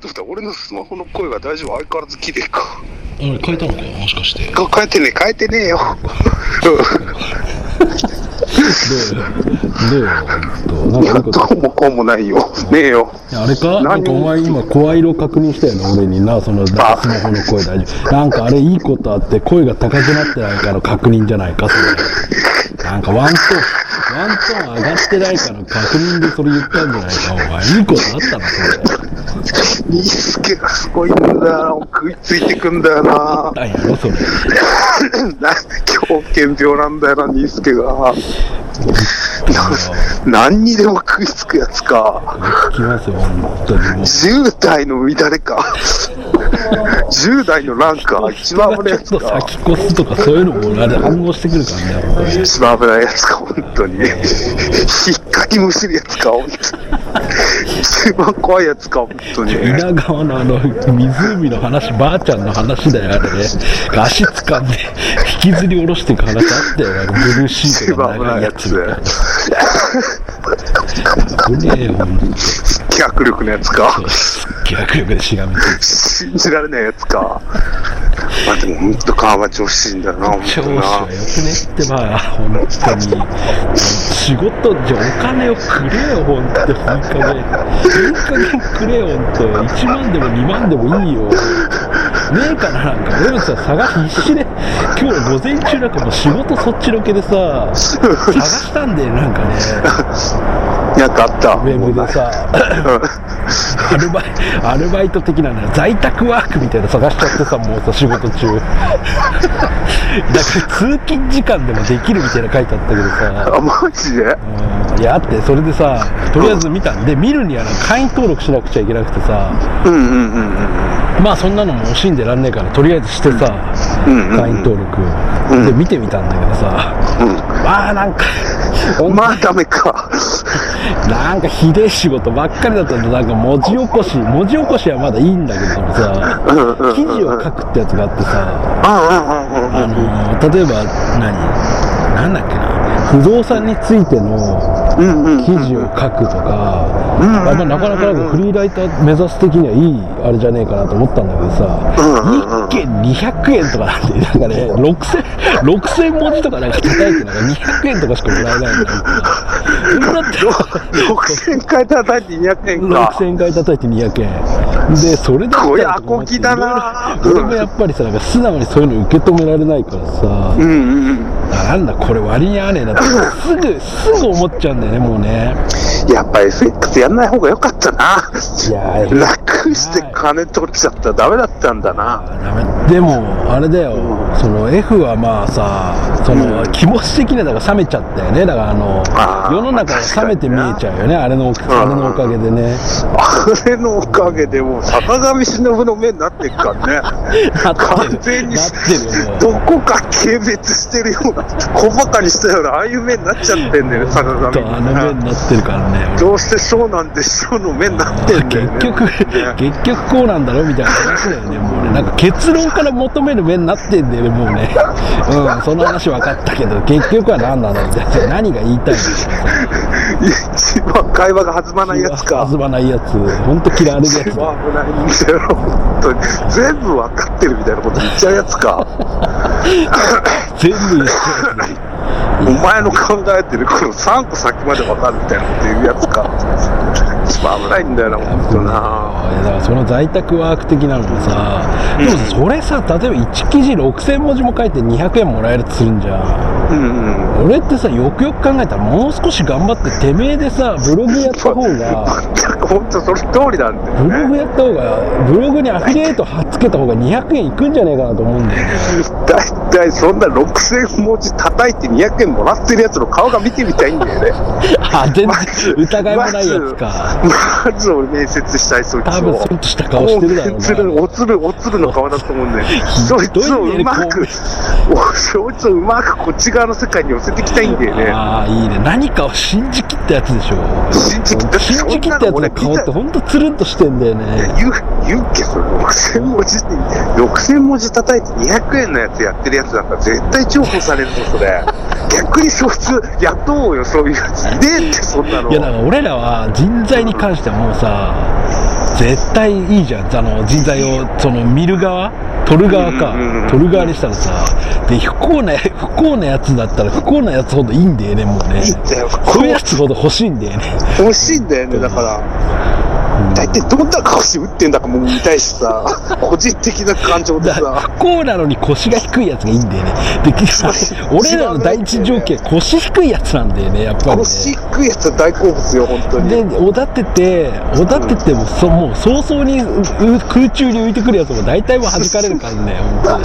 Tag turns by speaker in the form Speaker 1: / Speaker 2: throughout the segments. Speaker 1: と待って、俺のスマホの声が大丈夫相変わらず聞いてるか。
Speaker 2: あれ変えたのかもしかして。
Speaker 1: こ変えてね、変えてねえよ。
Speaker 2: で、で、えっと、なんかいいこ
Speaker 1: ど
Speaker 2: と
Speaker 1: うもこうもないよ。ねえよ。
Speaker 2: いやあれかなんかお前今声色確認したよな、俺にな、そのスマホの声大丈夫。なんかあれいいことあって声が高くなってないかの確認じゃないか、それ。なんかワントーン、ワントーン上がってないかの確認でそれ言ったんじゃないか、お前。いいことあったな、それ。
Speaker 1: ニスケがすごいんだよな。食いついてくんだよな。
Speaker 2: あんやろ、それ。
Speaker 1: な狂犬病なんだよな、ニスケが。何にでも食いつくやつか。
Speaker 2: 聞きますよ、本当にもう。
Speaker 1: 10代の乱れか。10代のなんか、一番危ないや
Speaker 2: ち
Speaker 1: つ
Speaker 2: ょっと
Speaker 1: か。
Speaker 2: 先越すとかそういうのもあれ反応してくるからね、本当に。
Speaker 1: 一番危ないやつか、本当に。引っかきむしるやつか、本当に。一番怖いやつか、本当に。
Speaker 2: 稲川のあの湖の話、ばあちゃんの話だよ、あれね。足掴んで引きずり下ろしていく話あったよ、あのブルーシー
Speaker 1: 一
Speaker 2: トが
Speaker 1: 番危
Speaker 2: 長
Speaker 1: ないい
Speaker 2: や
Speaker 1: や
Speaker 2: つみたいな
Speaker 1: つ。。
Speaker 2: 危ねえよ、ほんと
Speaker 1: 脚力のやつか。
Speaker 2: 逆力でしがみついて。
Speaker 1: 信じられないやつか。まあでも、ほんと川町欲しいんだよな、ほんと
Speaker 2: 上司は
Speaker 1: な。
Speaker 2: よくねってば、本当に。仕事じゃお金をくれよ、本当に。いい加減。いい加減くれよ、本当。1万でも2万でもいいよ。ねえからなんか、俺もさ、探し必死で、今日午前中なんかもう仕事そっちのけでさ、探したんだよ、なんかね、
Speaker 1: なんかあった。
Speaker 2: ウェブで さ。アルバイアルバイト的なの在宅ワークみたいなの探しちゃってさもうさ仕事中だから通勤時間でもできるみたいなの書いてあったけどさ
Speaker 1: あ、マジで
Speaker 2: うんいやあってそれでさとりあえず見たんで見るにはな会員登録しなくちゃいけなくてさ
Speaker 1: うんうんうんうん。
Speaker 2: まあそんなのも惜しんでらんねえからとりあえずしてさ
Speaker 1: うんうん
Speaker 2: 会員登録で見てみたんだけどさまあなんか
Speaker 1: うん。まあダメか。
Speaker 2: なんかひでえ仕事ばっかりだったんで、なんか文字起こし、文字起こしはまだいいんだけどさ、記事を書くってやつがあってさ、
Speaker 1: うんうんうんうん。
Speaker 2: あのー例えば何、なんだっけな、不動産についての
Speaker 1: うんうん。
Speaker 2: 記事を書くとか、やっぱなかなかなんかフリーライター目指す的にはいいあれじゃねえかなと思ったんだけどさ、1件200円とかなんで、なんかね、6000、6000文字とかなんか叩いて、なんか200円とかしかもらえないんだよ。それだって
Speaker 1: 6000回叩いて200円か。
Speaker 2: 6000回叩いて200円でそれだった
Speaker 1: こり
Speaker 2: ら
Speaker 1: ゃアコギだな
Speaker 2: 俺もやっぱりさなんか素直にそういうの受け止められないからさ、
Speaker 1: うんうんうん。
Speaker 2: なんだこれ割に合わねえなってすぐすぐ思っちゃうんだよねもうね
Speaker 1: やっぱ FX やんない方が良かったな。
Speaker 2: いやー
Speaker 1: 楽して金取っちゃったらダメだったんだな。
Speaker 2: ダメでもあれだよその F はまあさその気持ち的にはだから冷めちゃったよねだからあの
Speaker 1: あー
Speaker 2: 世の中が冷めて見えちゃうよねあれのおあれのおかげでね
Speaker 1: あれのおかげでもう坂上忍の目になってっからね。
Speaker 2: なって
Speaker 1: 完
Speaker 2: る
Speaker 1: 全に
Speaker 2: なってるよもう
Speaker 1: どこか軽蔑してるような、小馬鹿にしたような、ああいう目になっちゃってんだよね、坂上
Speaker 2: とあの目になってるからね俺
Speaker 1: どうしてそうなんでしょうの目になってんだよね。
Speaker 2: 結局、
Speaker 1: ね
Speaker 2: 結局こうなんだろみたいな話だよね、もうね、なんか結論から求める目になってんだよね、もうね、うん、その話分かったけど、結局は何なんだろうみたいな、じゃあ何が言いたいんだ
Speaker 1: 一番会話が弾まないやつか。
Speaker 2: 弾まないやつ、本当嫌われるやつ
Speaker 1: 一、番危ないんだよ、本当に。全部分かってるみたいなこと言っちゃうやつか。
Speaker 2: 全部言っちゃうや
Speaker 1: お前の考えてること3個先まで分かるみたいなこと言うやつか。一番危ないんだよな、本当な。
Speaker 2: ついやだからその在宅ワーク的なのもさ、でもそれさ、例えば1記事6000文字も書いて200円もらえるとするんじゃん。
Speaker 1: うんうん。
Speaker 2: 俺ってさ、よくよく考えたら、もう少し頑張って、てめえでさ、ブログやった方が、
Speaker 1: 全く本当その通りなんだよ
Speaker 2: ブ
Speaker 1: ね。
Speaker 2: ログやった方が、ブログにアフィリエイト貼っつけた方が200円いくんじゃねえかなと思うんだよね。
Speaker 1: だいたいそんな6000文字叩いて200円もらってるやつの顔が見てみたいんだよね。
Speaker 2: あ、全然疑いもないやつか。
Speaker 1: まず俺面接したい、そいつを。
Speaker 2: 多分そっとした顔してるだろうな
Speaker 1: おつる、おつる、おつるの顔だと思うんだよ。そいつをうまく、おそいつをうまくこっち側の世界に寄せてきたいんだよね。
Speaker 2: ああ、いいね。何かを信じきったやつでしょ。
Speaker 1: 信じきった
Speaker 2: 信じきったやつの顔ってほんとつるんとしてんだよね。
Speaker 1: 言う、言うけど、それ6000文字って、6000文字叩いて200円のやつやってるやつなんか絶対重宝されるぞ、そ れ。逆にそいつ、雇おうよ、そういうやつ。いねえって、そんなの。
Speaker 2: いや、だから俺らは人材に関してはもうさ、絶対いいじゃんあの人材をその見る側取る側か
Speaker 1: うんうんうん
Speaker 2: 取る側にしたらさで不幸な不幸なやつだったら不幸なやつほどいいんだよねもうね
Speaker 1: いいんだよ
Speaker 2: こういうやつほど欲しいんだよね
Speaker 1: 欲しいんだよね、だから。大体どんな顔して打ってんだかもう見たいしさ、 個人的な感情で
Speaker 2: だから
Speaker 1: さ、
Speaker 2: 不幸なのに腰が低いやつがいいんだよねで俺らの第一条件腰低いやつなんだよねやっぱり、ね、
Speaker 1: 腰低いやつは大好物よ、本当に。
Speaker 2: で、おだってて、おだってても、そもう早々にうう空中に浮いてくるやつも大体もう弾かれるからね、本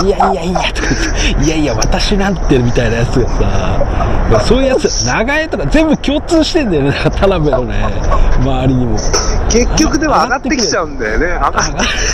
Speaker 2: 当に。いやいやいや、とか言っていやいや、私なんて、みたいなやつがさ、そういうやつ、長江とか全部共通してんだよね、 田辺のね、周りにも。
Speaker 1: 結局でも上がってきちゃうんだよね。上がっ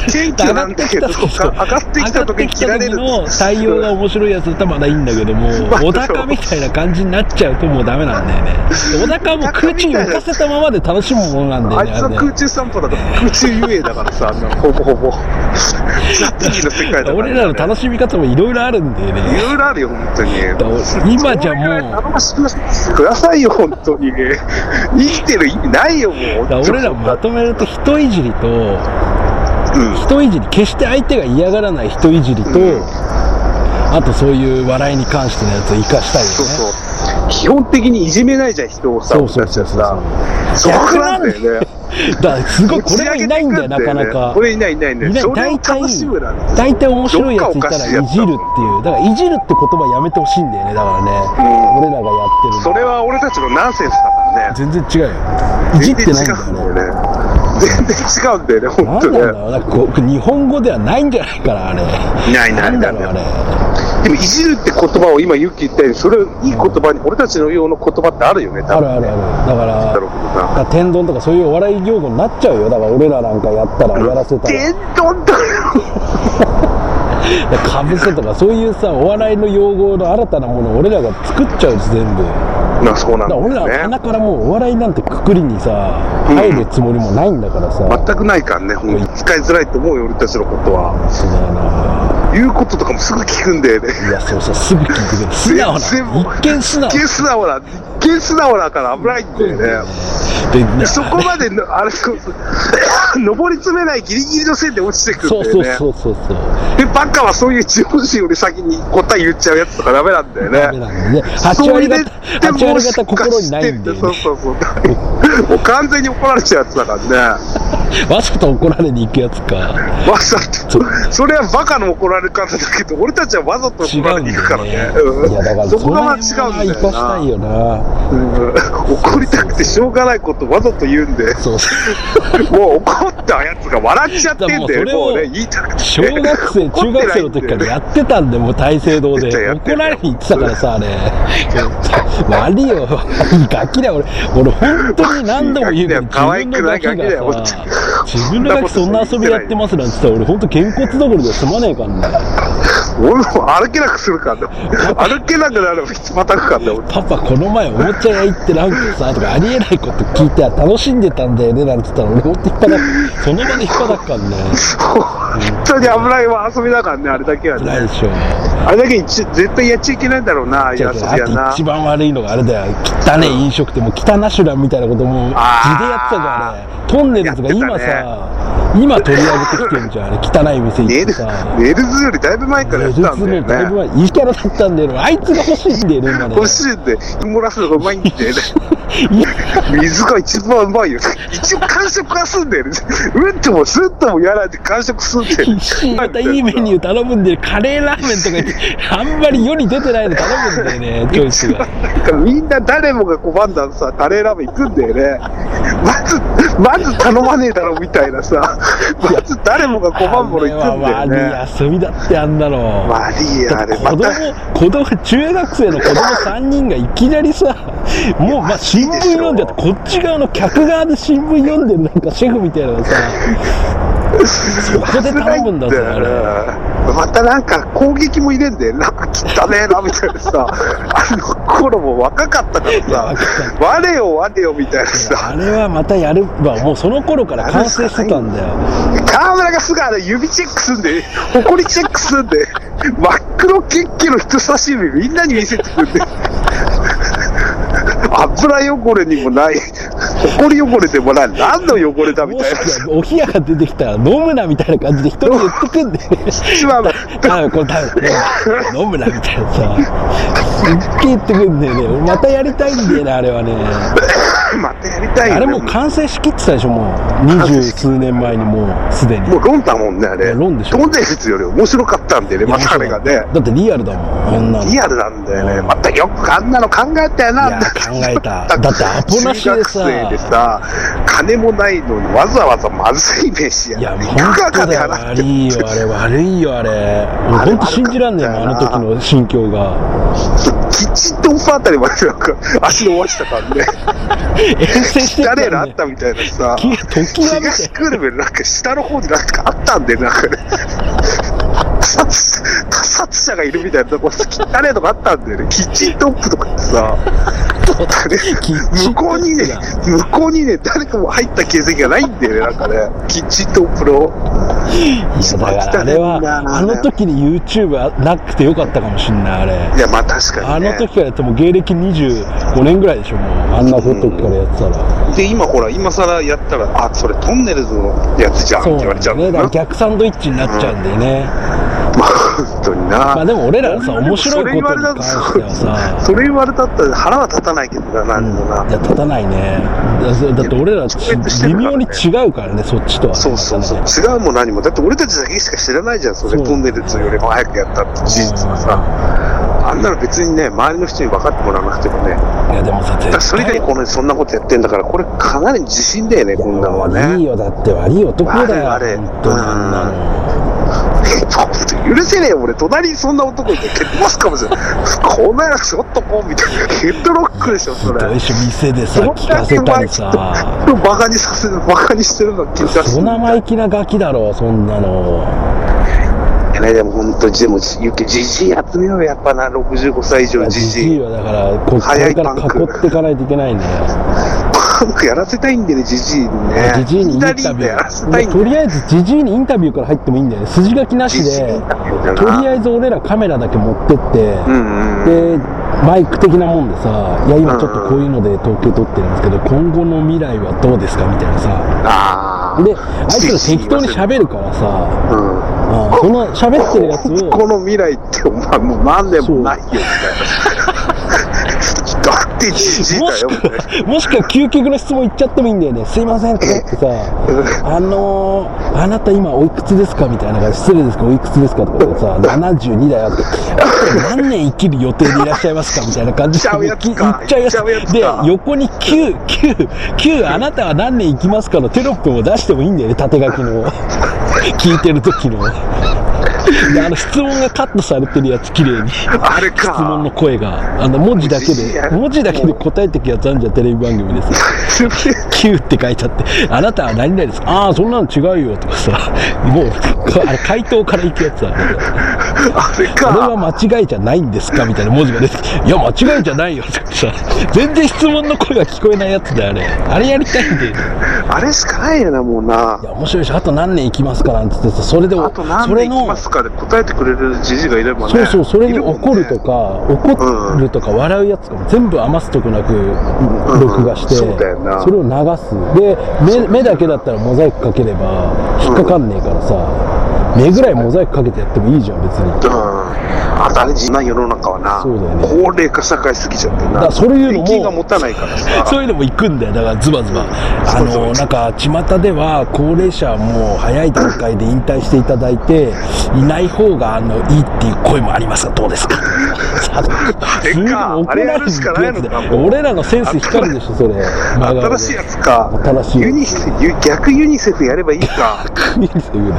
Speaker 1: て、謙虚なんだけど、上がってきた時に切られる。
Speaker 2: 上がってきた時の対応が面白いやつだったらまだいいんだけども、 小高みたいな感じになっちゃうともうダメなんだよね。小高はもう空中に浮かせたままで楽しむものなんだよ
Speaker 1: あ
Speaker 2: ね。
Speaker 1: いつは
Speaker 2: れね
Speaker 1: 空中散歩だと空中遊泳だからさ、あのほぼほぼ。ザッキーの世界だから、
Speaker 2: 俺らの楽
Speaker 1: し
Speaker 2: しみ方もいろいろあるんだよ
Speaker 1: い
Speaker 2: ね。
Speaker 1: ろいろあるよ、本当に。
Speaker 2: 今じゃもう
Speaker 1: 楽しくしてくださいよ、本当に。生きてる意味ないよ、もう。
Speaker 2: だから俺らまとめると人いじりと
Speaker 1: うん
Speaker 2: 人いじり決して相手が嫌がらない人いじりと、
Speaker 1: うん
Speaker 2: あとそういう笑いに関してのやつを生かしたいよね
Speaker 1: そうそう。基本的にいじめないじゃん、人をさ、
Speaker 2: そうそうそうそう
Speaker 1: 俺たちはさそこなんだよね。
Speaker 2: だからすごいこれがいないんだよなかなか
Speaker 1: これいないいないね。
Speaker 2: いない
Speaker 1: それを
Speaker 2: 大体
Speaker 1: 楽しむなんて。
Speaker 2: 大体面白いやついたらいじるってい
Speaker 1: どっかおかしいやつだ
Speaker 2: うだからいじるって言葉やめてほしいんだよねだからね、
Speaker 1: うん
Speaker 2: 俺らがやってるの
Speaker 1: それは俺たちのナンセンスだからね。
Speaker 2: 全然違うよいじってないんだよね
Speaker 1: 全然違うんだよね。全然違うんだよね、
Speaker 2: な
Speaker 1: 本
Speaker 2: んな
Speaker 1: 当
Speaker 2: ん
Speaker 1: ね。
Speaker 2: だろうなこう日本語ではないんじゃないかなあれ
Speaker 1: ないない
Speaker 2: んだろう
Speaker 1: ない
Speaker 2: あれ
Speaker 1: でも、いじるって言葉を今、ユッキー言ったように、それをいい言葉に、俺たちの用の言葉ってあるよね、
Speaker 2: あ
Speaker 1: 多
Speaker 2: る
Speaker 1: 分。
Speaker 2: あるあるだか
Speaker 1: だ
Speaker 2: ら
Speaker 1: ろうけどな
Speaker 2: だから天丼とかそういうお笑い業務になっちゃうよだから俺らなんかやったらやらせたら
Speaker 1: 天丼だよ。
Speaker 2: だからかぶせとかそういうさお笑いの用語の新たなものを俺らが作っちゃうし全部
Speaker 1: ま
Speaker 2: だか
Speaker 1: あ、そうなんだ
Speaker 2: ら
Speaker 1: よ
Speaker 2: 俺らは
Speaker 1: ね
Speaker 2: 鼻。からもうお笑いなんてくくりにさ
Speaker 1: うん
Speaker 2: 入るつもりもないんだからさ、
Speaker 1: 全くないからね、ほんと使いづらいと思うよ、俺たちのことは。
Speaker 2: そうだよな
Speaker 1: 言うこととかもすぐ聞くんだよね。
Speaker 2: いやそうそうすぐ聞いてくれる素直な
Speaker 1: 全部
Speaker 2: 一見素直
Speaker 1: 一見素直な、一見素直だから危ないんだ よね。
Speaker 2: でな
Speaker 1: そこまでの、あれ、そうそう 登り詰めないギリギリの線で落ちてく
Speaker 2: そ
Speaker 1: るんだよ
Speaker 2: うそう
Speaker 1: ね。
Speaker 2: そうそうそう
Speaker 1: で、バカはそういう自分心より先に答え言っちゃうやつとかダメなんだよね。
Speaker 2: ダメなんだよね8割方8割方心にないんだよ
Speaker 1: そう
Speaker 2: ね
Speaker 1: そうそう。もう完全に怒られちゃうやつだから ね。
Speaker 2: わざと怒られに行くやつか
Speaker 1: わざと。それはバカの怒られ方だけど、俺たちはわざと
Speaker 2: 違
Speaker 1: 怒
Speaker 2: う
Speaker 1: られ
Speaker 2: ん
Speaker 1: に
Speaker 2: だ
Speaker 1: 行くから
Speaker 2: よ
Speaker 1: ね
Speaker 2: ね。いやだか
Speaker 1: う
Speaker 2: ら
Speaker 1: ん、そこがまあ
Speaker 2: は
Speaker 1: 違うんだ
Speaker 2: 生か
Speaker 1: よ
Speaker 2: した
Speaker 1: な。
Speaker 2: いよな
Speaker 1: うん怒りたくてしょうがないことわざと言うん で、
Speaker 2: そうそう
Speaker 1: もう怒ったやつが笑っちゃってんだ
Speaker 2: だからもうそ
Speaker 1: よね、
Speaker 2: れを
Speaker 1: もうね、言いたくて。
Speaker 2: 小学生、中学生の時からやってたんで、もう大 聖堂で。
Speaker 1: やってた
Speaker 2: 怒られに行ってたからさ、あれ。悪いよ。ガキだよ、俺。俺、本当に何度も言うけど、
Speaker 1: 可愛
Speaker 2: 自分
Speaker 1: くな
Speaker 2: のガ
Speaker 1: いガキ
Speaker 2: キ
Speaker 1: だよ
Speaker 2: がさ、自分のガキそんな遊びやってますなんて言ったら、俺、本当、げんこつどころじゃ済まねえからね。
Speaker 1: 俺も歩けなくするからね、歩けなくなればひつまたくからね、俺
Speaker 2: パパ、この前おもちゃ屋行ってなんかさ、とか、ありえないこと聞いて、楽しんでたんだよね、なんて言ったら、俺、本当、引っ張だく。その場で引っ張だくか らね。
Speaker 1: 本当に危ないわ遊びだからね、あれだけは
Speaker 2: ない
Speaker 1: ね。
Speaker 2: でしょ。
Speaker 1: あれだけ一絶対やっちゃいけないんだろうな、ああいう
Speaker 2: 違う
Speaker 1: 遊
Speaker 2: 違
Speaker 1: び
Speaker 2: う
Speaker 1: や
Speaker 2: あ
Speaker 1: な
Speaker 2: と一。番悪いのがあれだよ汚い飲食店も汚ナシュランみたいなことも字でやってたじゃんあれトンネルズが
Speaker 1: やっ
Speaker 2: 今
Speaker 1: てた
Speaker 2: さ、今取り上げてきてるじゃんあれ汚い店行
Speaker 1: ネ
Speaker 2: って
Speaker 1: ル
Speaker 2: さ
Speaker 1: ネルズよりだいぶ前からや
Speaker 2: 芸
Speaker 1: ってたん
Speaker 2: 術
Speaker 1: だ
Speaker 2: のだい
Speaker 1: よ
Speaker 2: ぶ
Speaker 1: ね。
Speaker 2: 前いいキャラだったんだよねあいつが欲しいんだよね今ね
Speaker 1: 欲しいんで、漏らすのがうまいんだ よね。
Speaker 2: いや
Speaker 1: 水が一番うまいよ。一応完食はすんだよね。うんともすんともやらないで完食すんだよね。
Speaker 2: 必死 にまたいいメニュー頼むんでカレーラーメンとか言ってあんまり世に出てないの頼むん だよねチョイスが
Speaker 1: なんかみんな誰もが拒んださ、カレーラーメン行くんだよね。まず、まず頼まねえだろみたいなさ、まず誰もが拒むもの行くんだよ
Speaker 2: あれは
Speaker 1: ね。
Speaker 2: 悪い遊びだってあんなの
Speaker 1: マリア、あれ、
Speaker 2: 子
Speaker 1: ま
Speaker 2: 供
Speaker 1: た、、
Speaker 2: 子供、中学生の子供3人がいきなりさ、もうまあ新聞読んじゃって、こっち側の客側で新聞読んでるなんかシェフみたいなのがさ、そこで頼むんだぞ、あれ。
Speaker 1: またなんか攻撃も入れんだよ。なんか汚ねえな、みたいなさ。あの頃も若かったからさ、我よ我よ、みたいなさ。
Speaker 2: あれはまたやる、まあもうその頃から完成してたんだよ。
Speaker 1: 河村がすぐあの指チェックすんで、ほこりチェックすんで、真っ黒血気の人差し指みんなに見せてくんで、油汚れにもない、埃汚れてもらう何の汚れだみ
Speaker 2: も
Speaker 1: たい
Speaker 2: し
Speaker 1: な
Speaker 2: くはお冷やが出てきたら飲むなみたいな感じで人に言ってくんで
Speaker 1: 一番
Speaker 2: ダメこれダメね飲むなみたいなさすっげえ言ってくんだよね俺またやりたいんだよねあれはね
Speaker 1: またやりたいよ、ね、
Speaker 2: あれもう完成しきってたでしょもう二十数年前にもうすでに
Speaker 1: もう論だもんねあれ
Speaker 2: 論でしょ
Speaker 1: 論伝説より面白かったんでねまたあれがね
Speaker 2: だってリアルだもんあんなの
Speaker 1: リアルなんだよね、またよくあんなの考えたよ
Speaker 2: いや
Speaker 1: な、
Speaker 2: 考えただってアポなしでさ
Speaker 1: 中学生でさ、金もないのにわざわざまずい飯や
Speaker 2: いや、
Speaker 1: い
Speaker 2: 本
Speaker 1: くら
Speaker 2: 当
Speaker 1: 金
Speaker 2: だよ、
Speaker 1: 払っ
Speaker 2: 悪
Speaker 1: て
Speaker 2: いよ、あれ、悪いよ、あれ。もう本当信じらんねえもん、あの時の心境が。
Speaker 1: キッチンとおさあたりまでなんか足伸ばした感じで、
Speaker 2: 遠征して
Speaker 1: 汚ねえのあ
Speaker 2: ね
Speaker 1: っ。たみたいなさ、
Speaker 2: 気が時が見
Speaker 1: 東
Speaker 2: て。
Speaker 1: 久留米のなんか下の方になんかあったんで、なんかね。 他殺他殺者がいるみたいなとこ汚ねえのがあったんだよね。キッチントップとかってさ、
Speaker 2: キッチン
Speaker 1: 向こうにね
Speaker 2: トッ、
Speaker 1: 向こうにね、誰かも入った形跡がないんだよね、なんかね。キッチントップの。
Speaker 2: プだいやだ
Speaker 1: 汚
Speaker 2: からあれ
Speaker 1: ねえ
Speaker 2: は、
Speaker 1: んだよな
Speaker 2: あの時に YouTube あなくてよかったかもしんない、あれ。
Speaker 1: いや、まあ確か
Speaker 2: あ
Speaker 1: にね。
Speaker 2: の時からやってもう芸歴25年ぐらいでしょ、もう。あんな時からやってたら。
Speaker 1: で、今ほら、今更やったら、あ、それトンネルズのやつじゃんって
Speaker 2: そう
Speaker 1: 言われちゃ
Speaker 2: な
Speaker 1: うんんだ
Speaker 2: だ
Speaker 1: よな。
Speaker 2: ね。だから逆サンドイッチになっちゃうんだよね。
Speaker 1: まあ、本当にな。
Speaker 2: まあでも俺らさ、面白いことに関してはさ。
Speaker 1: それ言われたったら腹は立たないけどな、なんだろうな。
Speaker 2: いや立たないねだだって俺らち
Speaker 1: 超越して
Speaker 2: 微
Speaker 1: るから
Speaker 2: 妙に
Speaker 1: ね
Speaker 2: 違うからねそっちとはね
Speaker 1: そうそうそう、
Speaker 2: またね
Speaker 1: 違うも何も、だって俺たちだけしか知らないじゃん、それ、
Speaker 2: そう
Speaker 1: トンネルズよりも早くやったって事実はさ、あんなの別にね、周りの人に分かってもらわなくてもね、だか
Speaker 2: いやでもさ絶
Speaker 1: らそれ以外にこのそんなことやってんだから、これ、かなり自信だよね、こんなのはね。
Speaker 2: いいよだって悪い男だよ
Speaker 1: あれあれ
Speaker 2: 本当にあんなの
Speaker 1: 許せねえよ、俺、隣にそんな男いて、蹴っ飛ばすかもしれない、こんなやつ、ちょっとこうみたいな、ヘッドロックでしょ、
Speaker 2: ひ
Speaker 1: それ。
Speaker 2: どいし店でさ
Speaker 1: そん
Speaker 2: 聞か
Speaker 1: だ
Speaker 2: せ
Speaker 1: け
Speaker 2: たり
Speaker 1: さ
Speaker 2: さ、
Speaker 1: バカにさせる、バカにしてるの気がす
Speaker 2: そ
Speaker 1: る
Speaker 2: ん。な生意気なガキだろそんなの
Speaker 1: いやね、でも本当に、でも、ゆき、じじい集めようよ、やっぱな、65歳以上のじ
Speaker 2: じ
Speaker 1: じい
Speaker 2: じい。はだからここ
Speaker 1: 早
Speaker 2: れ
Speaker 1: い
Speaker 2: から
Speaker 1: パンク
Speaker 2: 囲っていかないといけないんだよ
Speaker 1: パンクやらせたいんだよね、ジジイにね。
Speaker 2: じじいにイン
Speaker 1: イタ
Speaker 2: タ
Speaker 1: リー
Speaker 2: ビ
Speaker 1: で
Speaker 2: ュ
Speaker 1: やらせたい
Speaker 2: ー
Speaker 1: んだ
Speaker 2: と
Speaker 1: よ。
Speaker 2: りあえずじじいにインタビューから入ってもいいんだよね筋書きなし
Speaker 1: ジジイイ
Speaker 2: で
Speaker 1: ンタビューだな
Speaker 2: とりあえず俺らカメラだけ持ってって、
Speaker 1: うんうん。
Speaker 2: でマイク的なもんでさ「いや今ちょっとこういうので統計取ってるんですけど今後の未来はどうですか?」みたいなさ
Speaker 1: ああ。
Speaker 2: であいつら適当に喋るからさ
Speaker 1: うん。
Speaker 2: あその喋ってるやつを
Speaker 1: この未来って、お前もう何年もないよ、みたいな。だってジジイ
Speaker 2: も
Speaker 1: だ
Speaker 2: し
Speaker 1: よ、
Speaker 2: く
Speaker 1: みたいな。
Speaker 2: はもしくは究極の質問言っちゃってもいいんだよね「すいません」とか言ってさ 「あのー、あなた今おいくつですか?」みたいな感じ「失礼ですかおいくつですか?」とか言ってさ「72だよ」って「あなた何年生きる予定でいらっしゃいますか?」みたいな感じで
Speaker 1: 言っちゃうやつか
Speaker 2: 言っちゃう
Speaker 1: 言っ
Speaker 2: やつ
Speaker 1: ちゃうやつ
Speaker 2: で
Speaker 1: か
Speaker 2: 横に9「9」「9」「あなたは何年生きますか?」のテロップも出してもいいんだよね縦書 きの聞いてる時の。であの質問がカットされてるやつ綺麗に
Speaker 1: あれ
Speaker 2: 質問の
Speaker 1: か。
Speaker 2: 声があの文字だけで文字だけで答えてくやつあんじゃんテレビ番組でさ「Q」って書いちゃって「あなたは何々ですか?」「ああそんなの違うよ」とかさもうかあれ回答からいくやつ だね
Speaker 1: あれ
Speaker 2: これ
Speaker 1: か。
Speaker 2: は間違いじゃないんですか?」みたいな文字が出てきて「いや間違いじゃないよ」とかさ全然質問の声が聞こえないやつだよあれあれやりたいんでい
Speaker 1: あれしかないよな、もうな。
Speaker 2: や面白いしあと何年生きますかなんて言ってさそれで
Speaker 1: あと何
Speaker 2: それ
Speaker 1: 年行き
Speaker 2: の
Speaker 1: ますかで答えてくれるジジイがいればね。
Speaker 2: そうそう、それ
Speaker 1: い
Speaker 2: に
Speaker 1: るもんね
Speaker 2: 怒ると。か、怒るとか、笑うやつとかも全部余すとこなく
Speaker 1: ん
Speaker 2: 録画して、
Speaker 1: そうだよな
Speaker 2: それを流す。で、目目だけだったらモザイクかければ引っかかんねえからさ、目ぐらいモザイクかけてやってもいいじゃん、別に。
Speaker 1: うん。あとあれ自慢世の中はな、
Speaker 2: そうだよね
Speaker 1: 高齢化社会すぎちゃって
Speaker 2: だ
Speaker 1: な。
Speaker 2: からそういうのも
Speaker 1: 税金が持たないから さ。
Speaker 2: そういうのも行くんだよ、だからズバズバ。あ
Speaker 1: そうそう
Speaker 2: の、なんか、巷では、高齢者はもう早い段階で引退していただいて、いない方が、あの、いいっていう声もありますが、どうで すか
Speaker 1: れか
Speaker 2: すごい怒
Speaker 1: あれやるしかないの
Speaker 2: ら
Speaker 1: か
Speaker 2: れ
Speaker 1: もう
Speaker 2: 俺らのセンス光るでしょ、それ。
Speaker 1: 新しいやつか。
Speaker 2: 新しいやつ
Speaker 1: ユニセフユ逆ユニセフやればいいか。
Speaker 2: いいですよね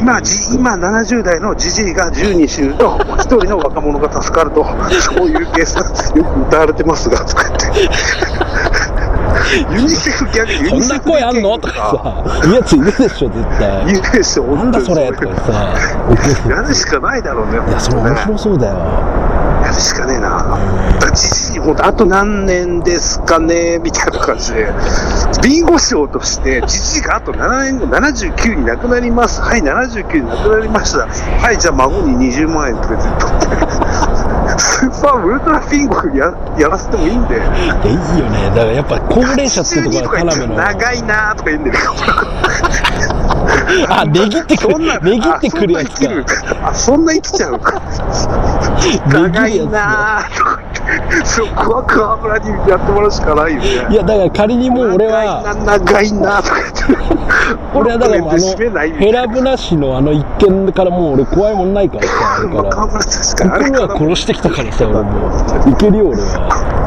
Speaker 1: 今、じ今70代のじじいが10人死ぬと、1人の若者が助かると、そういうケースがよく歌われてますが、とか言って。ユニセフ逆、ユ
Speaker 2: そ
Speaker 1: ニ
Speaker 2: ん
Speaker 1: セ
Speaker 2: な
Speaker 1: フ
Speaker 2: 声あんのとかさ、いいやついるでしょ、絶対。
Speaker 1: 言うでしょ、
Speaker 2: なんだそれ
Speaker 1: 本当
Speaker 2: と
Speaker 1: に
Speaker 2: かさ、怒 る
Speaker 1: やるしかないだろうね、
Speaker 2: いや、それ
Speaker 1: 本当
Speaker 2: 面
Speaker 1: ね
Speaker 2: 白そうだよ。
Speaker 1: やるしかねえな。だじじい、ほんとあと何年ですかね、みたいな感じで、ビンゴ賞として、じじいがあと7年後、79になくなります。はい、79になくなりました。はい、じゃあ孫に20万円プレゼントって。さんウルトラピンゴややらせてもいいんで、
Speaker 2: いやいいよねだからやっぱ高齢者ってとこは田辺の
Speaker 1: 長いなーとか言 うんだけど、
Speaker 2: あねぎってく
Speaker 1: そんな
Speaker 2: る
Speaker 1: ん
Speaker 2: ねぎってくるやつか
Speaker 1: あ、そんな生きちゃう か。長いなーとか言って、そこは河村にやってもらうしかないよね。
Speaker 2: いやだから仮にもう俺は
Speaker 1: 長いな、長いなとか言って、
Speaker 2: 俺はだからもうあ
Speaker 1: 閉めない
Speaker 2: のヘラブナ市のあの一件からもう俺怖いもんないから さあれ
Speaker 1: ま
Speaker 2: か
Speaker 1: あ、河
Speaker 2: ら
Speaker 1: 村ですから、あれ
Speaker 2: 心は殺してきたからさ俺もいけるよ俺は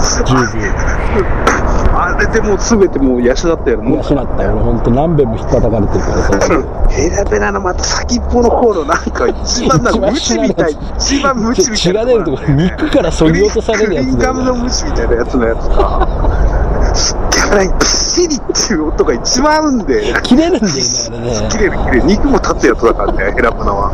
Speaker 2: 十分
Speaker 1: あれでもう全てもう養ったよ、もう
Speaker 2: 悔。しなったよ俺ほんと何べんも引っ叩かれてるからさ
Speaker 1: ヘラベラのまた先っぽの方のなんか一番なんかムチみたい、一番ムチみた
Speaker 2: 血
Speaker 1: いな。
Speaker 2: が出るとこ肉から削ぎ落とされるやつ
Speaker 1: グリーン
Speaker 2: だよ
Speaker 1: ガムの
Speaker 2: ね
Speaker 1: ムチみたいなやつのやつか。すっげえ、びっしりっていう音が一番合うんで。
Speaker 2: 切れるんだよねあれね
Speaker 1: 綺麗に綺麗肉も立つやつだからね、ヘラプナは。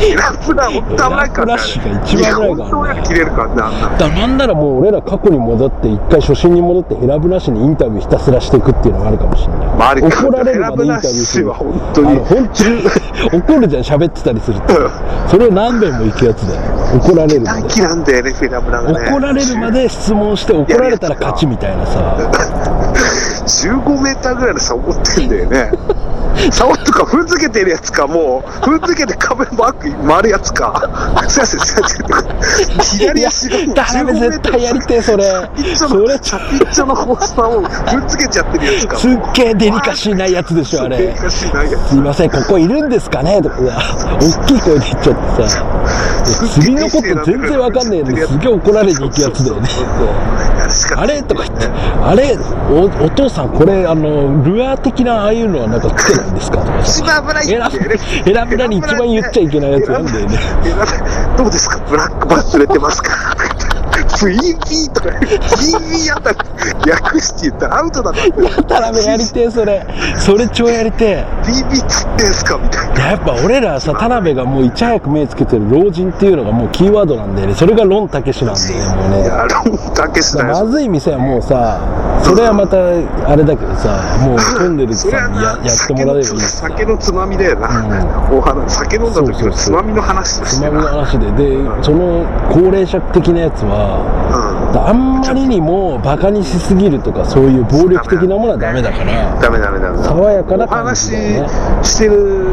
Speaker 1: ヘラプナ、ほんと甘いからね。
Speaker 2: ヘラプナ氏が一番甘いからね
Speaker 1: 日本刀より切れるからね、あんな。
Speaker 2: だなんならもう俺ら過去に戻って一回初心に戻ってヘラブナシにインタビューひたすらしていくっていうのがあるかもしれない
Speaker 1: 周りから
Speaker 2: 怒られるまでインタビューす
Speaker 1: 氏
Speaker 2: る
Speaker 1: は本当
Speaker 2: あ
Speaker 1: に
Speaker 2: の。本当に怒るじゃん喋ってたりするとそれを何遍も行くやつだよ怒られるま
Speaker 1: 大
Speaker 2: で
Speaker 1: 嫌なんだよね、ヘラプナがね。
Speaker 2: 怒られるまで質問して怒られたら勝ちみたいなさ
Speaker 1: 15メーターぐらいの差を持ってんだよね。竿とか踏んづけてるやつか、もう、踏んづけて壁バック回るやつか。すいません、すいませんとか。左足がもう
Speaker 2: いや田辺絶対やりてえそれ
Speaker 1: ピッチョ
Speaker 2: そ
Speaker 1: の、
Speaker 2: れ
Speaker 1: チャピッチョのコースターを踏んづけちゃってるやつか。
Speaker 2: すっげえデリカシーないやつでしょあれ
Speaker 1: 難しいなやつ
Speaker 2: すいません、ここいるんですかねとか、うわ大きい声で言っちゃってさ、釣りのこと全然わかんねえのに、すげえ怒られに行くやつだよね。
Speaker 1: やるしか
Speaker 2: あれとか言って、あれお、お父さん、これ、あの、ルアー的な、ああいうのはなんかつけないんですかとか
Speaker 1: 一
Speaker 2: さ、
Speaker 1: 番危ないんだよね。
Speaker 2: 選ぶなに一番言っちゃいけないやつなんだよね。
Speaker 1: 選ぶ選ぶどうですかブラックバス釣れてますか ?VB とか、VB あたり、訳して言ったらアウトだなって。
Speaker 2: 田辺やりてえ、それ。それ超やりてえ。
Speaker 1: BB 釣ってんすかみたいな。
Speaker 2: やっぱ俺らさ、田辺がもういち早く目つけてる老人っていうのがもうキーワードなんだよね。それがロンたけしなんだよね、もう
Speaker 1: い
Speaker 2: ね。
Speaker 1: や、ロンたけしだ
Speaker 2: ま
Speaker 1: よ。
Speaker 2: ずい店はもうさそれはまたあれだけどさもうトンネルズさんにややってもらえればいい
Speaker 1: 酒の
Speaker 2: です
Speaker 1: 酒のつまみだよな。お花酒飲んだ時のつまみの話とし
Speaker 2: つ
Speaker 1: て
Speaker 2: まみの
Speaker 1: な。
Speaker 2: 話ででその高齢者的なやつは
Speaker 1: うん。
Speaker 2: あんまりにもバカにしすぎるとかそういう暴力的なものはダメだから
Speaker 1: ダメダメダメ。
Speaker 2: 爽やか
Speaker 1: お
Speaker 2: な感
Speaker 1: 話
Speaker 2: じだよね
Speaker 1: してる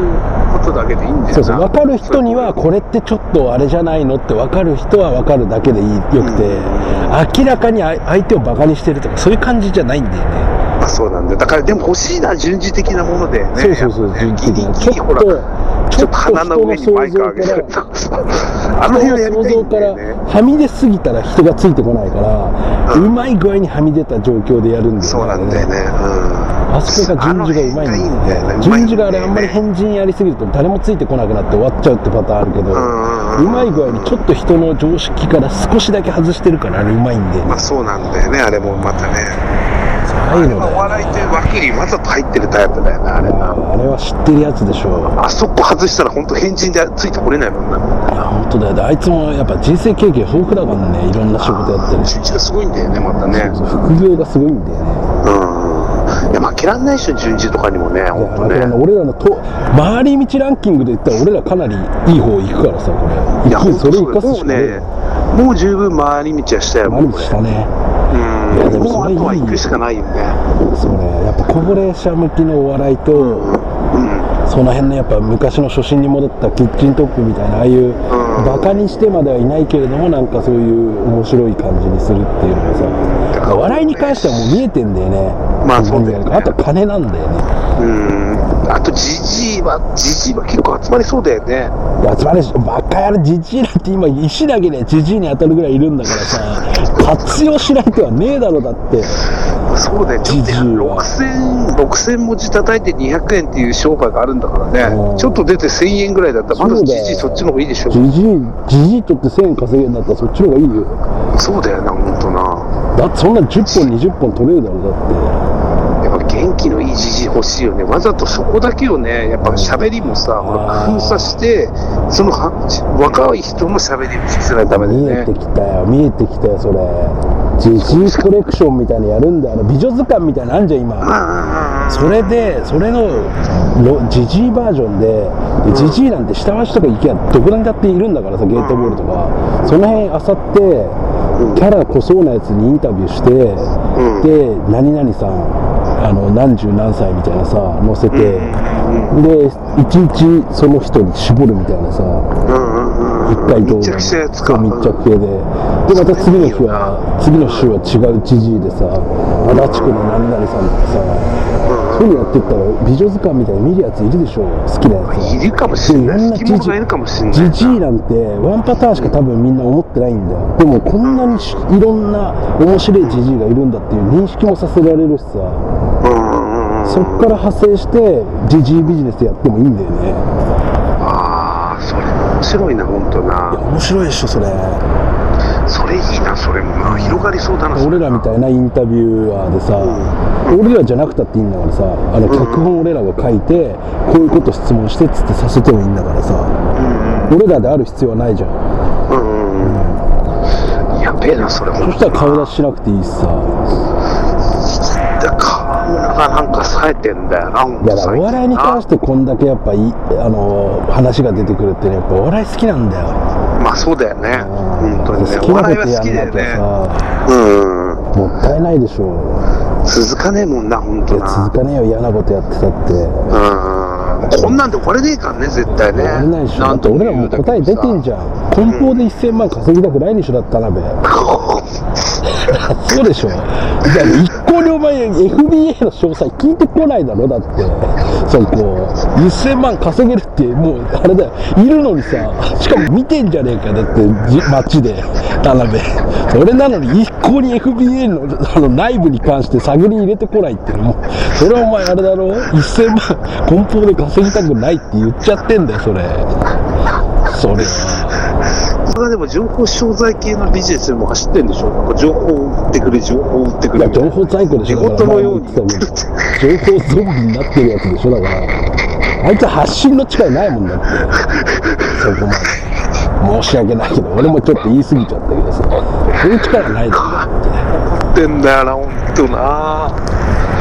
Speaker 1: ことだけでいいんだよな。
Speaker 2: そうそう分かる人にはこれってちょっとあれじゃないのって分かる人は分かるだけでいいよくて明らかにあ相手をバカにしてるとかそういう感じじゃないんだよね
Speaker 1: あそうなんだよだからでも欲しいな順次的なものでね
Speaker 2: そうそうそう、
Speaker 1: やっぱ
Speaker 2: 純
Speaker 1: ね
Speaker 2: 粋な。
Speaker 1: ギリギリほら
Speaker 2: ち
Speaker 1: ち
Speaker 2: ょ
Speaker 1: ょっ
Speaker 2: っと
Speaker 1: と
Speaker 2: 人
Speaker 1: 鼻
Speaker 2: の
Speaker 1: の
Speaker 2: 想
Speaker 1: 上に
Speaker 2: 像
Speaker 1: バイク上げて
Speaker 2: か
Speaker 1: る
Speaker 2: ら、
Speaker 1: あの
Speaker 2: 人
Speaker 1: 辺はやり
Speaker 2: の
Speaker 1: たい
Speaker 2: 想像
Speaker 1: ん
Speaker 2: か
Speaker 1: だよ
Speaker 2: ら
Speaker 1: ね
Speaker 2: はみ出すぎたら人がついてこないから、うまい具合にはみ出た状況でやるんだよね。
Speaker 1: そうなんだよねうん
Speaker 2: あそこが順次がうまい
Speaker 1: あの辺がい
Speaker 2: ん
Speaker 1: いんだ
Speaker 2: だ
Speaker 1: よね
Speaker 2: よ
Speaker 1: う
Speaker 2: ね。
Speaker 1: まいんだよね
Speaker 2: 順次があれあんまり変人やりすぎると誰もついてこなくなって終わっちゃうってパターンあるけど、
Speaker 1: んうんう
Speaker 2: うんまい具合にちょっと人の常識から少しだけ外してるからあれうまいんで、
Speaker 1: まあそうなんだよねあれもまたね
Speaker 2: ああいうの
Speaker 1: お
Speaker 2: だよ。
Speaker 1: 笑いという脇にわざと入ってるタイプだよねあれな
Speaker 2: あれは知ってるやつでしょ
Speaker 1: あそこ外したら本当変人でついてこれないもんない
Speaker 2: や本当だよであいつもやっぱ人生経験豊富だからねいろんな仕事やったり
Speaker 1: 順次がすごいんだよねまたね
Speaker 2: 副業がすごいんだよね
Speaker 1: うんいや負けらんないっしょ順次とかにもね
Speaker 2: いや
Speaker 1: 本
Speaker 2: だ
Speaker 1: 当
Speaker 2: からね
Speaker 1: ね
Speaker 2: 俺らのと回り道ランキングで言ったら俺らかなりいい方行くからさこれ
Speaker 1: いや
Speaker 2: 勢い
Speaker 1: 本当
Speaker 2: それ
Speaker 1: そ
Speaker 2: 生
Speaker 1: う
Speaker 2: か
Speaker 1: だ
Speaker 2: す
Speaker 1: もう
Speaker 2: しね
Speaker 1: ねもう十分回り道はしたよ
Speaker 2: 回り道したねいやで
Speaker 1: うん、
Speaker 2: も
Speaker 1: もう
Speaker 2: そ
Speaker 1: あ
Speaker 2: れいい
Speaker 1: とは行くしかないよね。
Speaker 2: そうねやっぱ高齢者向きのお笑いと、
Speaker 1: うん、
Speaker 2: その辺のやっぱ昔の初心に戻ったキッチントップみたいなああいうバカにしてまではいないけれどもなんかそういう面白い感じにするっていうのがさ笑いに関してはもう見えてんだよね
Speaker 1: まあそうだよね
Speaker 2: あと金なんだよね
Speaker 1: うん、あとじじいは、じじいは結構集まりそうだよね。
Speaker 2: いやつまりバカやるジジイなんて今石だけでジジイに当たるぐらいいるんだからさ活用しない手はねえだろだって
Speaker 1: そうだよ、ちょっと
Speaker 2: じじいは
Speaker 1: 6000、6000文字叩いて200円っていう商売があるんだから
Speaker 2: うん
Speaker 1: ね、ちょっと出て1000円ぐらいだったら、まだ
Speaker 2: そう
Speaker 1: じ
Speaker 2: だよ
Speaker 1: じいそっちの方がいいでしょ。
Speaker 2: ジジイジジイ取って1000円稼げんだったらそっちの方がいいよ
Speaker 1: そうだよな、ほんとな。
Speaker 2: だってそんな10本20本取れるだろだって
Speaker 1: やっぱ現金気のいいじじい欲しいよね。わざとそこだけをね、やっぱ喋りもさ、ほら
Speaker 3: あー
Speaker 1: 封鎖して、そのは若い人の喋りを聞かせないとダメだ
Speaker 2: 見え
Speaker 1: よ
Speaker 2: て
Speaker 1: ね。
Speaker 2: きたよ見えてきたよそれジジイコレクションみたいにやるんだよあの美女図鑑みたいなのあんじゃん今
Speaker 1: あ
Speaker 2: それでそれのロジジイバージョンででジジイなんて下町とか行けばどこにだっているんだからさゲートボールとかその辺あさってキャラ濃そうなやつにインタビューし
Speaker 1: ん
Speaker 2: て、で何々さんあの何十何歳みたいなさ載せて、で一日その人に絞るみたいなさ
Speaker 1: あ、うんうんうん。
Speaker 2: 一回動画
Speaker 1: 密着したやつか
Speaker 2: そう密着系で、でまた次の日は次の週は違う知事でさ足立区の何々さんってさそういうのやってったら美女図鑑みたいに見るやついるでしょ好きなやつ
Speaker 1: いるかもしれない。好き者がいるかもしれないな。
Speaker 2: ジジイなんてワンパターンしか多分みんな思ってないんだよでもこんなにしいろんな面白いジジイがいるんだっていう認識もさせられるしさ
Speaker 1: うんうんうん。
Speaker 2: そっから派生してジジイビジネスやってもいいんだよね
Speaker 1: ああ、それ面白いな、本当な。
Speaker 2: 面白いでしょそれ
Speaker 1: それいいな、それもな。広がりそうだな。
Speaker 2: 俺らみたいなインタビュアーでさ、俺らじゃなくたっていいんだからさあの脚本俺らが書いて、こういうこと質問してっつってさせてもいいんだからさ、俺らである必要はないじゃん
Speaker 1: やべえな、それも。
Speaker 2: そしたら顔出ししなくていいしさ
Speaker 1: だ川村がなんか冴えてんだよな、ほん
Speaker 2: い
Speaker 1: と
Speaker 2: やだか
Speaker 1: 冴
Speaker 2: ら
Speaker 1: えてんな
Speaker 2: お笑いに関してこんだけやっぱいいあの話が出てくるってねやっぱお笑い好きなんだよ
Speaker 1: まあそうだよね。本当にね。
Speaker 2: 好き
Speaker 1: お
Speaker 2: な
Speaker 1: 笑い
Speaker 2: こ
Speaker 1: は
Speaker 2: と
Speaker 1: 好
Speaker 2: や
Speaker 1: き
Speaker 2: ん
Speaker 1: だ
Speaker 2: な
Speaker 1: よ
Speaker 2: きゃ
Speaker 1: ね。
Speaker 2: さ、
Speaker 1: うん。
Speaker 2: もったいないでしょ
Speaker 1: 続かねえもんな、本
Speaker 2: い
Speaker 1: 当
Speaker 2: や
Speaker 1: な
Speaker 2: 続。かねえよ嫌なことやってたって
Speaker 1: うん。こんなんで終われねえからね、絶対ね。
Speaker 2: やれないでしょだって俺らもう答え出てんじゃん梱包で1000万稼ぎたくないでしょだったなべそうでしょだから一向にお前 FBA の詳細聞いてこないだろだってそこ1000万稼げるってもうあれだよいるのにさしかも見てんじゃねえかだってじ街で田辺それなのに一向に FBA のあの内部に関して探り入れてこないっていうのもそれはお前あれだろ1000万梱包で稼ぎたくないって言っちゃってんだよそれそれは
Speaker 1: それはでも情報商材系のビジネスでも走ってんでしょなんか情報を売ってくれ、情報を売ってく
Speaker 2: い
Speaker 1: れ
Speaker 2: や
Speaker 1: みたい
Speaker 2: 情
Speaker 1: な。
Speaker 2: 報在庫でしょ
Speaker 1: 仕事のように
Speaker 2: だから前も言ってたけど情報ゾンビになってるやつでしょだからあいつは発信の力ないもんだってそこまで申し訳ないけど俺もちょっと言い過ぎちゃったけどさそういう力ないだろだって
Speaker 1: ってんだよな、ほんとな。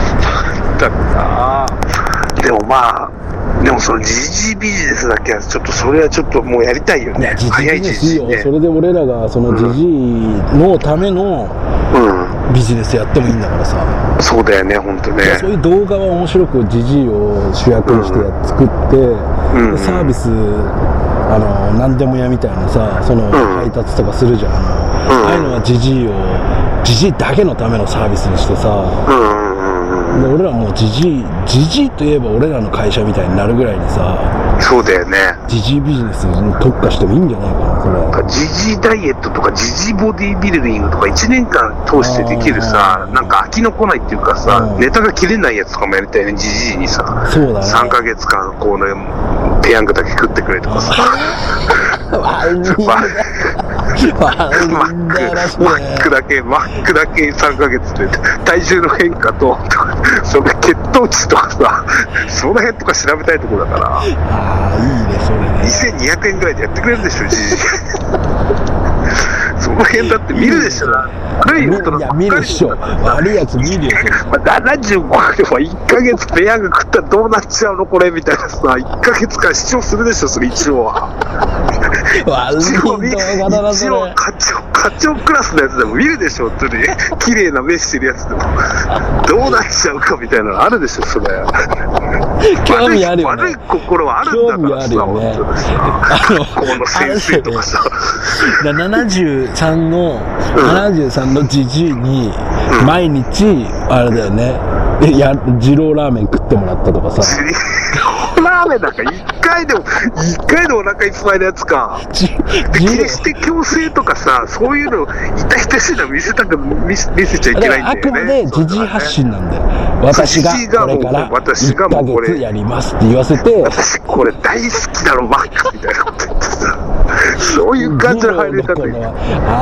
Speaker 1: だな。でもまあ、でもその GG ビジネスだけは、ちょっとそれはちょっともうやりたいよ
Speaker 2: い
Speaker 1: ね
Speaker 2: や。ジジ
Speaker 1: 早
Speaker 2: イ
Speaker 1: い
Speaker 2: です
Speaker 1: GG
Speaker 2: よ
Speaker 1: ね
Speaker 2: そ。れで俺らがそのジジイのための
Speaker 1: うん。
Speaker 2: ビジネスやってもいいんだからさ
Speaker 1: そうだよね、ほんとね。
Speaker 2: そういう動画は面白くジジイを主役にしてやっ作って、
Speaker 1: うん
Speaker 2: でサービスあの何でもやみたいなさその配達とかするじゃん、あの
Speaker 1: うん
Speaker 2: ああいうのはジジイをジジイだけのためのサービスにしてさ
Speaker 1: うんうんうんうん。
Speaker 2: で俺らもうジジイジジイといえば俺らの会社みたいになるぐらいにさ
Speaker 1: そうだよね。
Speaker 2: ジジイビジネスに特化してもいいんじゃないかなそれ
Speaker 1: ジジダイエットとかジジボディビルディングとか1年間通してできる
Speaker 2: あ
Speaker 1: さ
Speaker 2: ー
Speaker 1: なんか飽きのこないっていうかさ、
Speaker 2: うん
Speaker 1: ネタが切れないやつとかもやりたいねジジイにさ
Speaker 2: そうだね
Speaker 1: 3ヶ月間こうねペヤングだけ食ってくれとかさ
Speaker 2: ワンダー
Speaker 1: マ
Speaker 2: ワン
Speaker 1: ッ
Speaker 2: ダーだ
Speaker 1: ク
Speaker 2: それ
Speaker 1: マックだけマックだけ3ヶ月で体重の変化ととかその血糖値とかさその辺とか調べたいところだから
Speaker 2: ああいいねそれね
Speaker 1: 2200円ぐらいでやってくれるでしょ、じじ い。その辺だって見るでしょ、悪い大人
Speaker 2: いや見るっしょ悪いやつ見るよそれ
Speaker 1: まあ、75でも1ヶ月ペヤング食ったらどうなっちゃうのこれみたいなさ、1ヶ月間視聴するでしょ、それ一応は。
Speaker 2: 悪い
Speaker 1: 一応
Speaker 2: 動
Speaker 1: 見、
Speaker 2: 画だなそ
Speaker 1: 一
Speaker 2: れ
Speaker 1: 応課長、課長クラスのやつでも見るでしょ、本当に。綺麗な目してるやつでも。どうなっちゃうかみたいなのあるでしょ、それ。
Speaker 2: 興味あるよ
Speaker 1: 悪い
Speaker 2: ね
Speaker 1: 心はあるんだからさ、
Speaker 2: 興味あるよね
Speaker 1: 本当にさ
Speaker 2: あの
Speaker 1: この先生とかさ。
Speaker 2: あれだよね73の73のじじいに毎日あれだよねえや二郎ラーメン食ってもらったとかさ
Speaker 1: ラーメンなんか一回でも、一回でお腹いっぱいのやつか。
Speaker 2: じ二
Speaker 1: 決して強制とかさ、そういうの、痛々しいの見せたく、見せ見せちゃい
Speaker 2: だ
Speaker 1: け
Speaker 2: か
Speaker 1: ないん
Speaker 2: ら
Speaker 1: だよ
Speaker 2: あ
Speaker 1: ね。
Speaker 2: くまでジジイ発信なんだよ私が
Speaker 1: ジジイが
Speaker 2: こ
Speaker 1: も
Speaker 2: れ
Speaker 1: う
Speaker 2: から
Speaker 1: 私が
Speaker 2: 1
Speaker 1: も
Speaker 2: ヶ
Speaker 1: うこれ
Speaker 2: 月やりますって言わせて
Speaker 1: 私これ大好きだろ、マックみたいなこと言ってさ。そういう感じの入り方
Speaker 2: ギロのこの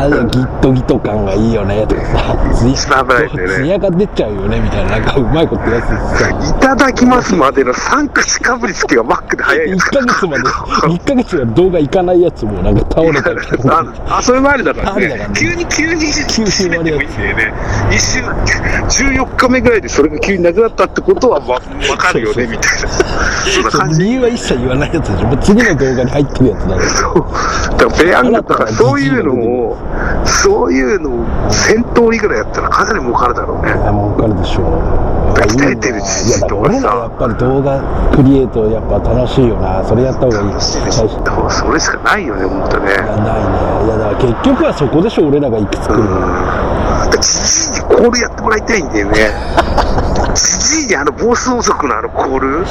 Speaker 2: あのギットギト感がいいよねとかさつ
Speaker 1: 一番危ないんだよね
Speaker 2: 艶が出ちゃうよねみたいななんかうまいことやってさ
Speaker 1: いただきますまでの3口かぶりつきがマックで早い
Speaker 2: 1
Speaker 1: やつ
Speaker 2: ヶ月まで1ヶ月は動画いかないやつもなんか倒れたりとか
Speaker 1: ああそれもありだから
Speaker 2: ありだから
Speaker 1: ね
Speaker 2: ね
Speaker 1: 急に急に
Speaker 2: 急に終
Speaker 1: 締
Speaker 2: わ
Speaker 1: め
Speaker 2: る
Speaker 1: て
Speaker 2: やつ
Speaker 1: もいいんだよね一週14日目ぐらいでそれが急になくなったってことはわ分かるよねみたいなそんな感
Speaker 2: そう
Speaker 1: じ
Speaker 2: 理由は一切言わないやつでしょもう次の動画に入ってるやつだから
Speaker 1: だからペヤングとかそういうのをそういうのを1000通りぐらいやったらかなり儲かるだろうね
Speaker 2: あもうかるでしょう。
Speaker 1: 鍛えてるし
Speaker 2: いやだから俺らはやっぱり動画クリエイトやっぱ楽しいよな。それやった方がいい。
Speaker 1: 楽しいでし
Speaker 2: 最
Speaker 1: ょ
Speaker 2: 初
Speaker 1: それしかないよね本当ね
Speaker 2: がないね。いやだから結局はそこでしょ。俺らが行き着くのは。
Speaker 1: じじいにコールやってもらいたいんだよ ねじじいにあの暴走族のあのコール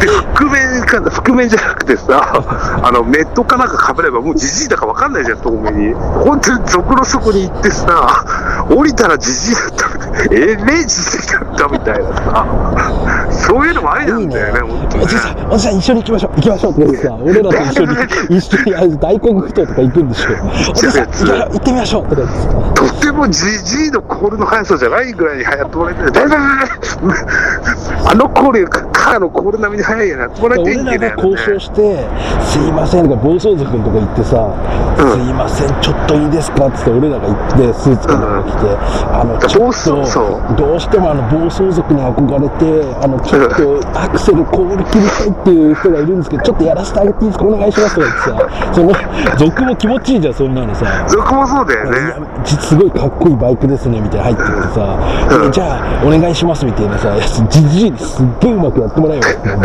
Speaker 1: で覆面か覆面じゃなくてさあのメットかなんかかぶればもうじじいだかわかんないじゃん遠目に本当に族の底に行ってさ降りたらじじいだったみたいなえレイジしてきたんだみたいなさそういうのもありなんだよね本当
Speaker 2: お
Speaker 1: ね
Speaker 2: じさん、おじさん一緒に行きましょう。行きましょうって言ってさ、俺らと一緒に、一緒にあの大黒ふ頭とか行くんでしょ。おじさん、行きま行ってみましょうとか言ってさ。
Speaker 1: とてもじじいのコールの速さじゃないぐらいに速ってもらいたい。だいだいあのコールよりか、カーのコール並みに速いよね。やってもらいたい
Speaker 2: 俺
Speaker 1: んだ
Speaker 2: ら
Speaker 1: よね
Speaker 2: が。交渉して、すいませんとか、暴走族のとこ行ってさ、
Speaker 1: うん
Speaker 2: すいません、ちょっといいですかっつって、俺らが行って、スーツかなんか着て、あの、ちょ
Speaker 1: 暴走
Speaker 2: っ
Speaker 1: そ
Speaker 2: と、どうしてもあの、暴走族に憧れて、あの、ちょっと、アクセル、コール切りたいっていう人がいるんですけど、ちょっとやらせてあげていいですか、お願いしますとか言ってさ、その、族も気持ちいいじゃん、そんなのさ。
Speaker 1: 族もそうだ
Speaker 2: い
Speaker 1: よね。
Speaker 2: やじすごいかっこいいバイクですねみたいな入ってきてさ、
Speaker 1: うん
Speaker 2: でじゃあお願いしますみたいなさやつじじいにすっげえうまくやってもらえよ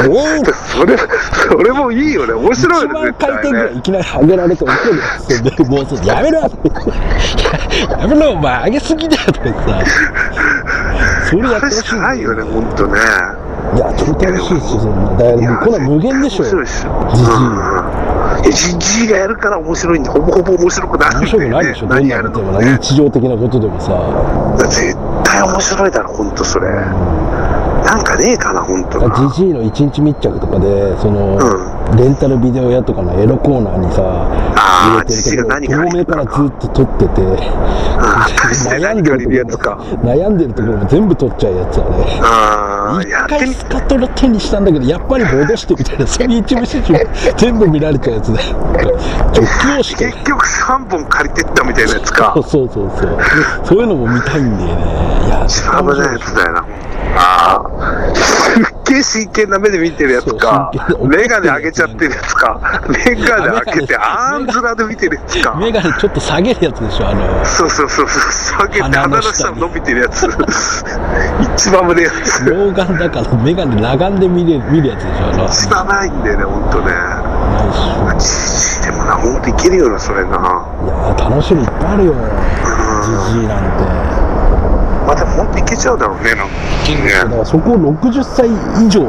Speaker 2: もう
Speaker 1: それ、それもいいよね。面白い
Speaker 2: 1
Speaker 1: よ
Speaker 2: 万
Speaker 1: ね、絶
Speaker 2: 回転
Speaker 1: 対
Speaker 2: ぐらい
Speaker 1: ね。
Speaker 2: いきなり上げられて怒るやつでもうそうやめろややめろお前上げすぎだよとか言ってさ
Speaker 1: それ
Speaker 2: それやってほ
Speaker 1: し
Speaker 2: しい
Speaker 1: かないよね、ほんとね。
Speaker 2: いや絶対欲しいですよそんなだからもうこんなん無限でしょ
Speaker 1: 面
Speaker 2: じ
Speaker 1: 白いっすよ。うんいやじじいがやるから面白いんで、ほぼほぼ面白くなる
Speaker 2: 面
Speaker 1: んだ
Speaker 2: 白くない
Speaker 1: よ
Speaker 2: で
Speaker 1: ね
Speaker 2: しょ、。どん
Speaker 1: 何
Speaker 2: な
Speaker 1: や
Speaker 2: こ
Speaker 1: る
Speaker 2: と
Speaker 1: の
Speaker 2: で
Speaker 1: も
Speaker 2: も
Speaker 1: ね
Speaker 2: な。日常的なことでもさ
Speaker 1: 絶対面白いだろ、ほんとそれ。なんかねえかな、ほんとな。
Speaker 2: ジジイの一日密着とかでその、
Speaker 1: う
Speaker 2: レンタルビデオ屋とかのエロコーナーにさ
Speaker 1: あー
Speaker 2: 入れてるけど
Speaker 1: ジジイが何か入っ
Speaker 2: 透
Speaker 1: て
Speaker 2: 明
Speaker 1: るからら
Speaker 2: かずっと撮ってて
Speaker 1: あー大して
Speaker 2: 悩 ん
Speaker 1: 何
Speaker 2: で
Speaker 1: か
Speaker 2: る
Speaker 1: りるや
Speaker 2: と
Speaker 1: つ
Speaker 2: ころ
Speaker 1: か。
Speaker 2: も悩んでるところも全部撮っちゃうやつあれ
Speaker 1: ああ、や
Speaker 2: 一
Speaker 1: って
Speaker 2: 回
Speaker 1: み
Speaker 2: スカトロ手にしたんだけどやっぱり戻してみたい なそういう一部始終全部見られちゃうやつで直 をして
Speaker 1: 結局3本借りてったみたいなやつか
Speaker 2: そう。そうそうそうそういうのも見たいんだよねいや
Speaker 1: 一番危ないやつだよな。ああ、すっげえ真剣な目で見てるやつか
Speaker 2: そう真剣。な
Speaker 1: メガネ上げちゃってるやつか。メガネ開けてあんずらで見てるやつか。
Speaker 2: メガネちょっと下げるやつでしょあの
Speaker 1: そうそうそうそう。下げて
Speaker 2: 鼻
Speaker 1: 鼻
Speaker 2: の
Speaker 1: の
Speaker 2: 下
Speaker 1: 下
Speaker 2: に
Speaker 1: 伸びてるやつ。一番危ないや つ。
Speaker 2: 老眼だから眼鏡裸眼で見れ見るやつでしょあの
Speaker 1: 一番ないんだよね、ほんとね。
Speaker 2: ない
Speaker 1: じじいでもな、ほんといけるよな、それな。
Speaker 2: しいやー楽しみいっぱいあるよじじいなんて
Speaker 1: まあでもほんといけちゃうだろうね、なんか。
Speaker 2: だからそこを60歳以上限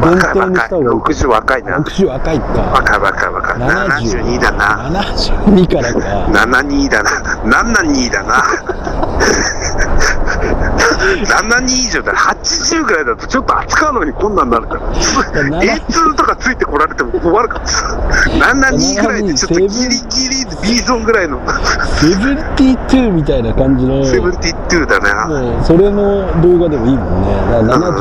Speaker 1: 若い
Speaker 2: 定に
Speaker 1: 若
Speaker 2: し
Speaker 1: い。
Speaker 2: た
Speaker 1: 60
Speaker 2: 方がいい
Speaker 1: 若いな。
Speaker 2: 60若いか
Speaker 1: 若い若い若い。72だな。
Speaker 2: 72からか
Speaker 1: 72だな、72だな、72以上だな、80ぐらいだとちょっと扱うのにこんなんなるから、
Speaker 2: ら
Speaker 1: A2 とかついてこられても困るから、72ぐらいでちょっとギリギリ B ゾーンぐらいの
Speaker 2: 72みたいな感じの
Speaker 1: 72だな、
Speaker 2: もうそれの動画でもいいもんねだから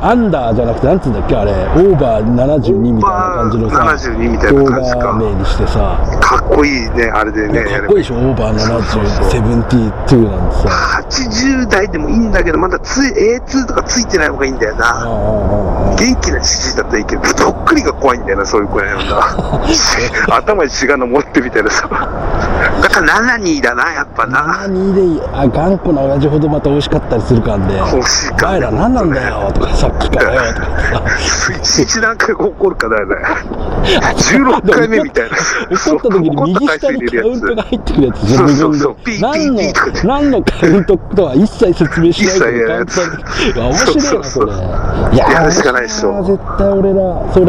Speaker 2: 70アンダーじゃなくてなんつうんだっけあれオーバー72みたいな感じの
Speaker 1: オーバ
Speaker 2: さ
Speaker 1: ー72みたいな
Speaker 2: 動
Speaker 1: 感じか
Speaker 2: 画名にしてさ
Speaker 1: かっこいいね、あれでね、
Speaker 2: かっこいいでしょオーバー70、セブンティートゥーなんてさ。
Speaker 1: 80代でもいいんだけど、まだつ A2 とかついてない方がいいんだよな。元気なじじいだったらいいけど、どっくりが怖いんだよな、そういう子やな。 頭に血が登ってみたいなさ。だから72だな、やっぱな。
Speaker 2: 何でいいあ頑固な親父ほどまた美味しかったりするかんで、
Speaker 1: 欲しい
Speaker 2: お
Speaker 1: か
Speaker 2: 前
Speaker 1: ら
Speaker 2: ら
Speaker 1: ね。
Speaker 2: 何なんだよとか、さっきからよとか
Speaker 1: 一日何回起こるかだよね。16回目みたいな。
Speaker 2: さ、怒った時に右下にカウントが入ってくるやつじゃん、無
Speaker 1: そうそうそう
Speaker 2: 限で。
Speaker 1: ピーピーピ
Speaker 2: 何の
Speaker 1: ーとかね、
Speaker 2: 何のカウントとは一切説明しないけど、
Speaker 1: 一切やらない
Speaker 2: カウントが面白いな、そ
Speaker 1: そ
Speaker 2: れ。
Speaker 1: うそう
Speaker 2: い
Speaker 1: やるしかないでしょ
Speaker 2: 面白いな絶対俺ら、それ、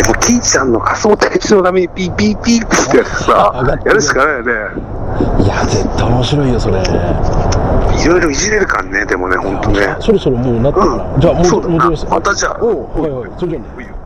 Speaker 1: でも、キイチさんの仮想対象のためにピーピーピーってやって
Speaker 2: 上がっ
Speaker 1: さ
Speaker 2: て、る
Speaker 1: やるしかないよね。
Speaker 2: いや、絶対面白いよ、それ。
Speaker 1: いろいろいじれるからね、でもね、ほんとね。
Speaker 2: そろそろもうなったかな。じゃあ、も
Speaker 1: そう
Speaker 2: う、
Speaker 1: だ
Speaker 2: 戻
Speaker 1: な
Speaker 2: ります。
Speaker 1: またじゃあ。
Speaker 2: おうはいはい、それじゃあね。
Speaker 1: おい